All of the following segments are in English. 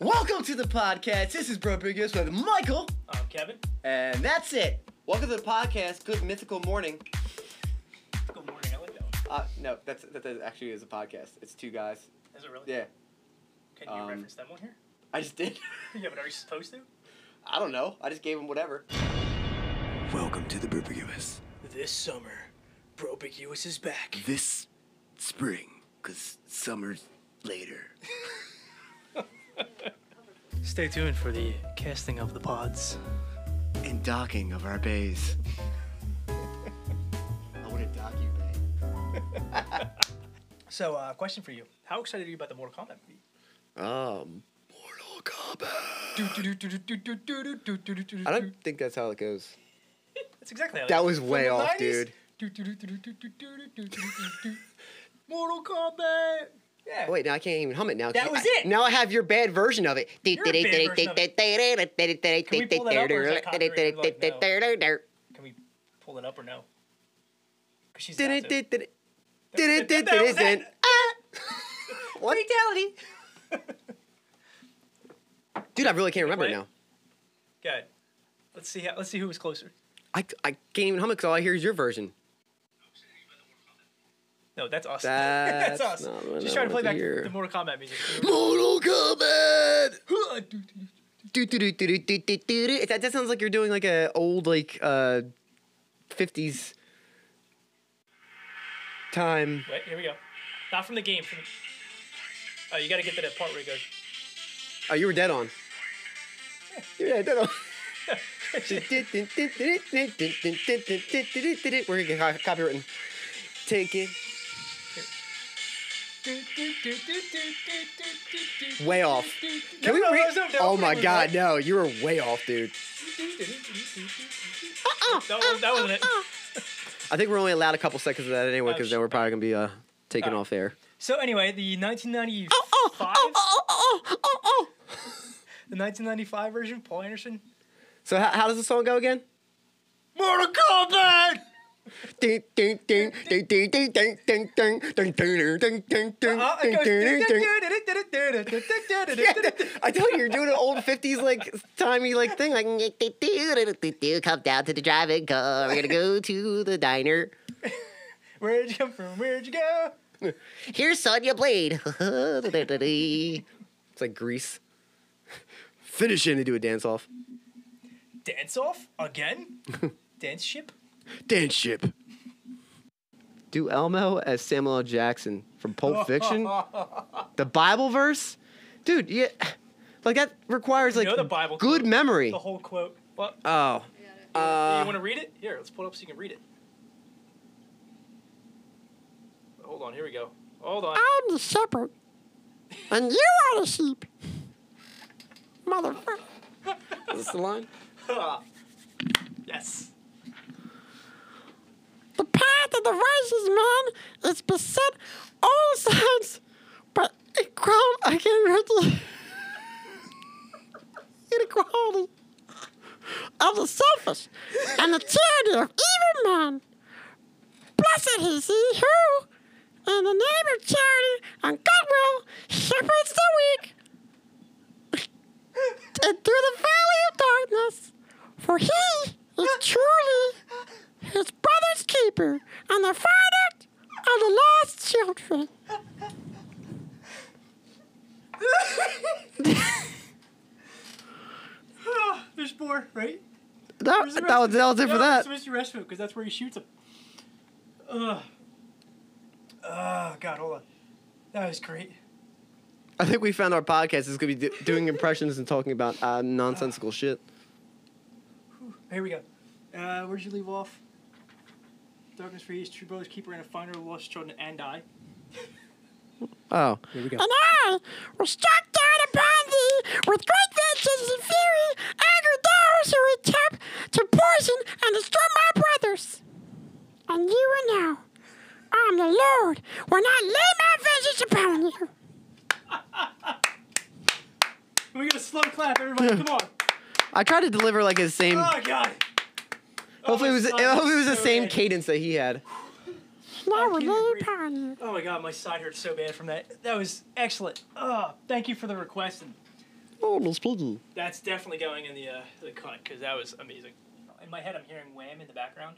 Welcome to the podcast. This is Bro Big with Michael, I'm Um, Kevin. and that's it. Welcome to the podcast. Good mythical morning. Good morning. I like that one. Uh, no, that's that, that actually is a podcast. It's two guys. Is it really? Yeah, Can you um, reference them on here? I just did. yeah, but are you supposed to? I don't know. I just gave him whatever. Welcome to the Burbiguous. This summer, Probicus is back. This spring, because summer's later. Stay tuned for the casting of the pods. And docking of our bays. I want to dock you, babe. So, uh, question for you: How excited are you about the Mortal Kombat movie? Um, Mortal Kombat. I don't think that's how it goes. That's exactly how That it- was from way the off, 90s. dude. Mortal Kombat. Yeah. Oh, wait, now I can't even hum it now. That was I- it. Now I have your bad version of it. Your bad version of Can we pull that up, or is that copyrighted? Like, Can we pull it up or no? 'Cause she's about to. That was it. What? Fatality. Dude, I really can't remember it Right? now. Good. Let's see. How, let's see who was closer. I, I can't even hum it because all I hear is your version. No, that's us. That's that's us. not what She's I trying to play want to back hear. the Mortal Kombat music. Mortal Kombat. Do, do, do, do, do, do, do, do, do. That, that sounds like you're doing like a old like uh, 50s time. Wait, here we go. Not from the game. From the... Oh, you got to get to that part where he goes. Oh, you were dead on. You were dead on. We're gonna get co- copywritten. Take it way off. Can we? No, no, re- no, no, oh no, my no. god, no! You were way off, dude. That, was, that wasn't it. I think we're only allowed a couple seconds of that anyway, Oh, because then we're probably gonna be uh taken off air. So anyway, the 1995, Oh, the 1995 version, Paul Anderson. So how, how does the song go again? Mortal Kombat. Ding ding ding ding ding ding ding ding ding ding ding ding ding ding ding Uh, ding ding it ding. goes- Yeah, I tell you, you're doing an old '50s like timey like thing. Like, come down to the driving car. We're gonna go to the diner. Where'd you come from? Where'd you go? Here's Sonya Blade. it's like Grease. Finishing to do a dance off. Dance off again? Dance ship? Dance ship. Do Elmo as Samuel L. Jackson from Pulp Fiction? the Bible verse? Dude, yeah. Like that requires like know the Bible good quote. memory. The whole quote. What? oh. you want to read it? Here, let's pull it up so you can read it. Hold on. Here we go. Hold on. I'm the shepherd, and you are the sheep. Motherfucker. Is this the line? Ah. Yes. The path of the righteous man is beset all sides, but equality, inequality of the selfish and the tyranny of evil man. Blessed is he who, in the name of charity and goodwill, shepherds the weak and through the valley of darkness, for he is truly his brother's keeper and the father of the lost children. Ah, There's more, right? That, There's the that, was, that was it for no, that. It's Mr. Rashford because that's where he shoots him. Ugh. Oh, God, hold on. That was great. I think we found our podcast is going to be do- doing impressions and talking about uh, nonsensical shit. Here we go. Uh, where'd you leave off? Darkness for his true brother's keeper and a finder of lost children and I. Oh, here we go. And I will strike down upon thee with great vengeance and fury, anger those who attempt to poison and destroy my brothers. And you will know I am the Lord when I lay my vengeance upon you. We got a slow clap, everybody. Come on. I tried to deliver like his same. Oh God. Oh, hopefully, it was, my side hopefully it was the so same bad. cadence that he had. And I will can't lay breathe. upon you. Oh my God, my side hurts so bad from that. That was excellent. Oh, thank you for the request and Oh, no splendid. That's definitely going in the uh, the cut because that was amazing. In my head, I'm hearing Wham in the background.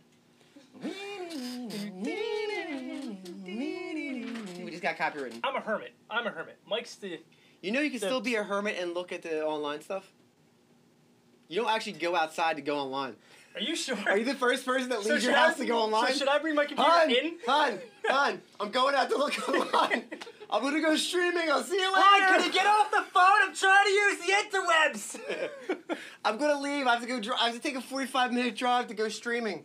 We just got copywritten. I'm a hermit. I'm a hermit. Mike's the You know you can still be a hermit and look at the online stuff? You don't actually go outside to go online. Are you sure? Are you the first person that leaves your should house I, to go online? So should I bring my computer Hun, in? hun, hun, I'm going out to look online. I'm gonna go streaming. I'll see you later. off the phone? I'm trying to use the interwebs. I'm gonna leave. I have to go. Dri- I have to take a 45 minute drive to go streaming.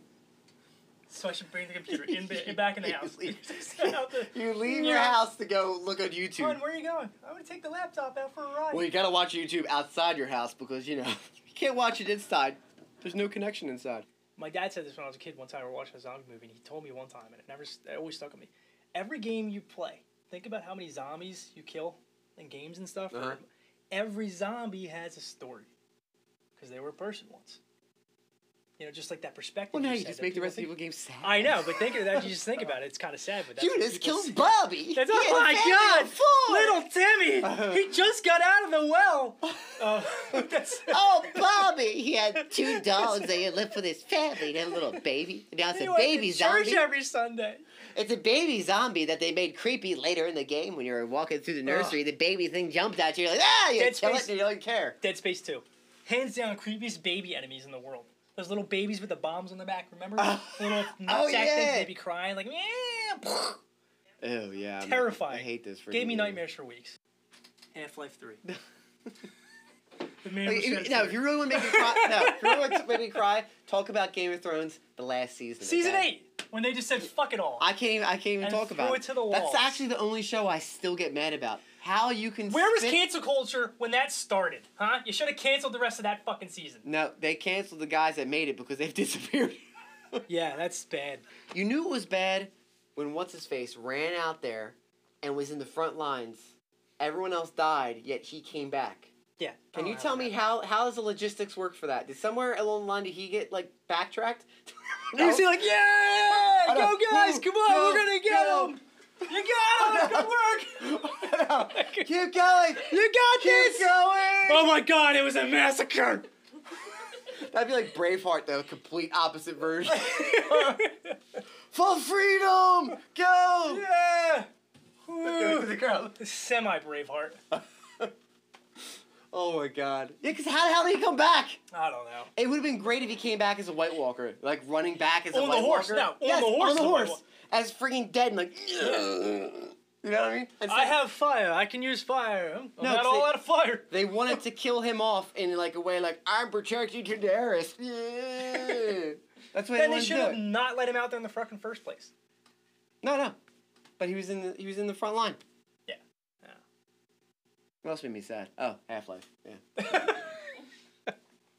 So I should bring the computer in, ba- in back in the house. You Set out the- You leave your Yeah. house to go look on YouTube. Hun, where are you going? I'm gonna take the laptop out for a ride. Well, you gotta watch YouTube outside your house because you know you can't watch it inside. There's no connection inside. My dad said this when I was a kid. One time we were watching a zombie movie, and he told me one time, and it never, it always stuck with me. Every game you play, think about how many zombies you kill in games and stuff. Uh-huh. Every zombie has a story, because they were a person once. You know, just like that perspective. Well, now you you said just that make the rest of think- people game sad. I know, but think of that. You just think about it. It's kind of sad, but that's You what just people killed see. Bobby. That's, He oh had a family of my God! four. Little Uh-huh. Timmy, he just got out of the well. Uh, that's, Oh, Bobby, he had two dogs that he had left with his family. They had a little baby. And now it's he a went to baby church zombie. every Sunday. It's a baby zombie that they made creepy later in the game when you were walking through the nursery. The baby thing jumped at you. You're like, ah, you Dead kill Space- it and you don't care. Dead Space 2. Hands down, creepiest baby enemies in the world. Those little babies with the bombs on the back, remember? little nutsack Uh, oh, yeah. things, they'd be crying, like, yeah. Oh yeah. I'm- Terrifying. I hate this. For Gave me nightmares for weeks. Half Life 3. the man Like, was if, shed no, tears. if you really want to make me cry, no, if you really want to make me cry, talk about Game of Thrones, the last season. Season okay? 8, when they just said, fuck it all. I can't even. I can't even And talk threw about it to the walls. That's actually the only show I still get mad about. How you can. Where was spit- cancel culture when that started, huh? You should have canceled the rest of that fucking season. No, they canceled the guys that made it because they've disappeared. Yeah, that's bad. you knew it was bad when what's his face ran out there and was in the front lines. Everyone else died, yet he came back. Yeah. Can Oh, I you don't tell know me that. how how does the logistics work for that? Did somewhere along the line did he get like backtracked? You see, like, yeah, I know. go guys, Go, come on, go, we're gonna get go. them. You got 'em, good work. Keep going. You got Keep going. Oh my god, it was a massacre. That'd be like Braveheart, the complete opposite version. For freedom, go. yeah. Go to the ground. Semi Braveheart. Oh my god. Yeah, cause how the hell did he come back? I don't know. It would have been great if he came back as a White Walker, like running back as a On the White horse, Walker. no, on yes, the horse, on the the White horse, Walker. as freaking dead, and like. You know what I mean? And I so- have fire. I can use fire. I'm No, not see- all out of fire. They wanted to kill him off in like a way like I'm protecting Daenerys. Yeah. That's what they Then they wanted to should do. have it. not let him out there in the fucking first place. No, no. But he was in the he was in the front line. Yeah. Yeah. What else made me sad? Oh, Half Life. Yeah.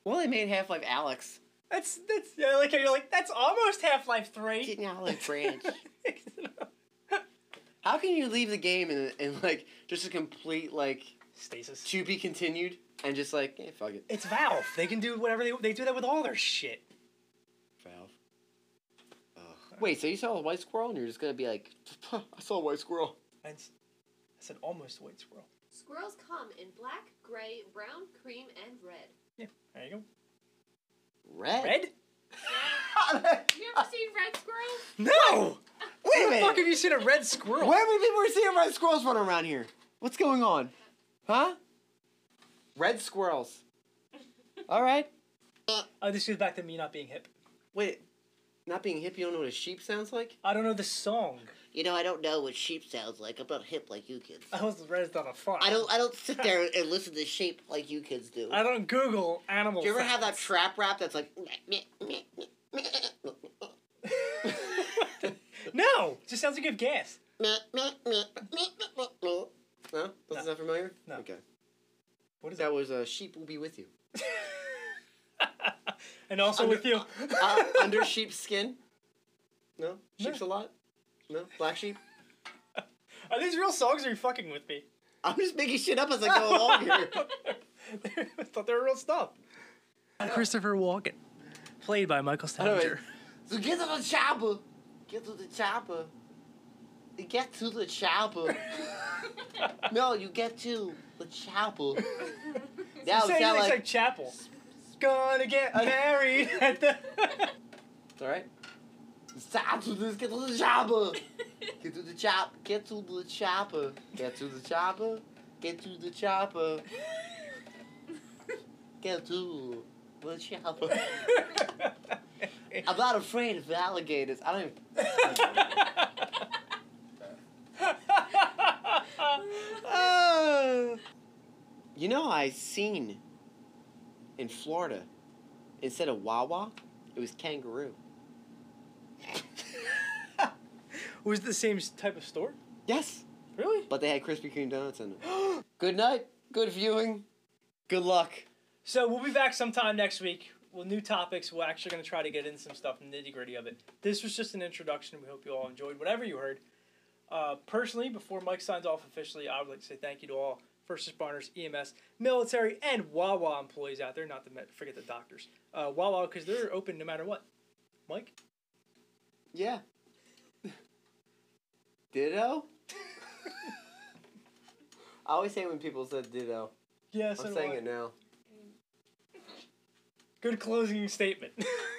well, they made Half Life Alex. That's that's yeah, I like how you're like that's almost Half Life Three. Didn't Alex Branch. How can you leave the game in, in like just a complete like Stasis. to be continued and just like eh, fuck it. It's Valve. They can do whatever they they do that with all their shit. Valve. Wait, so you saw a white squirrel and you're just gonna be like, "Huh, I saw a white squirrel. And s- I said almost white squirrel. Squirrels come in black, gray, brown, cream, and red. Yeah, there you go. Red. Red? Have you ever seen red squirrels? No! Wait a Where the fuck minute. have you seen a red squirrel? Where would people seeing red squirrels running around here? What's going on? Huh? Red squirrels. All right. Oh, this goes back to me not being hip. Wait, not being hip, you don't know what a sheep sounds like? I don't know the song. You know, I don't know what sheep sounds like. I'm not hip like you kids. I was raised on a farm. I don't. I don't sit there and listen to sheep like you kids do. I don't Google animal. Do you ever have that sounds. trap rap that's like? Meh, meh, meh, meh, No, it just sounds like you have gas. meh, meh, meh, meh, meh, meh. No? Doesn't sound familiar? No. Okay. What is that? That was a uh, sheep will be with you. And also with you. Uh, under sheep's skin? No? Sheep's a lot? No? Black sheep? Are these real songs or are you fucking with me? I'm just making shit up as I go along here. I thought they were real stuff. Christopher Walken, played by Michael Salinger. So get to the chopper. Get to the chopper. You get to the chapel. no, you get to the chapel. You That would say sound it looks like, Oh, like Chapel. Gonna get married at the. it's all right. Stop to this, get to the chopper. Get to the chop. Get to the chopper. Get to the chopper. Get to the chopper. Get to the chopper. I'm not afraid of alligators. I don't. Even, oh. you know, I seen in Florida instead of Wawa, it was kangaroo. Was it the same type of store? Yes, Really? but they had Krispy Kreme donuts in it. good night. Good viewing. Good luck. So we'll be back sometime next week with new topics. We're actually going to try to get in some stuff, nitty gritty of it. This was just an introduction. We hope you all enjoyed whatever you heard. Uh, personally, before Mike signs off officially, I would like to say thank you to all first responders, EMS, military, and Wawa employees out there. Not to met- forget the doctors. Uh, Wawa, because they're open no matter what. Mike? Yeah. Ditto? I always hate when people said ditto. Yes, I'm saying it now. Good closing statement.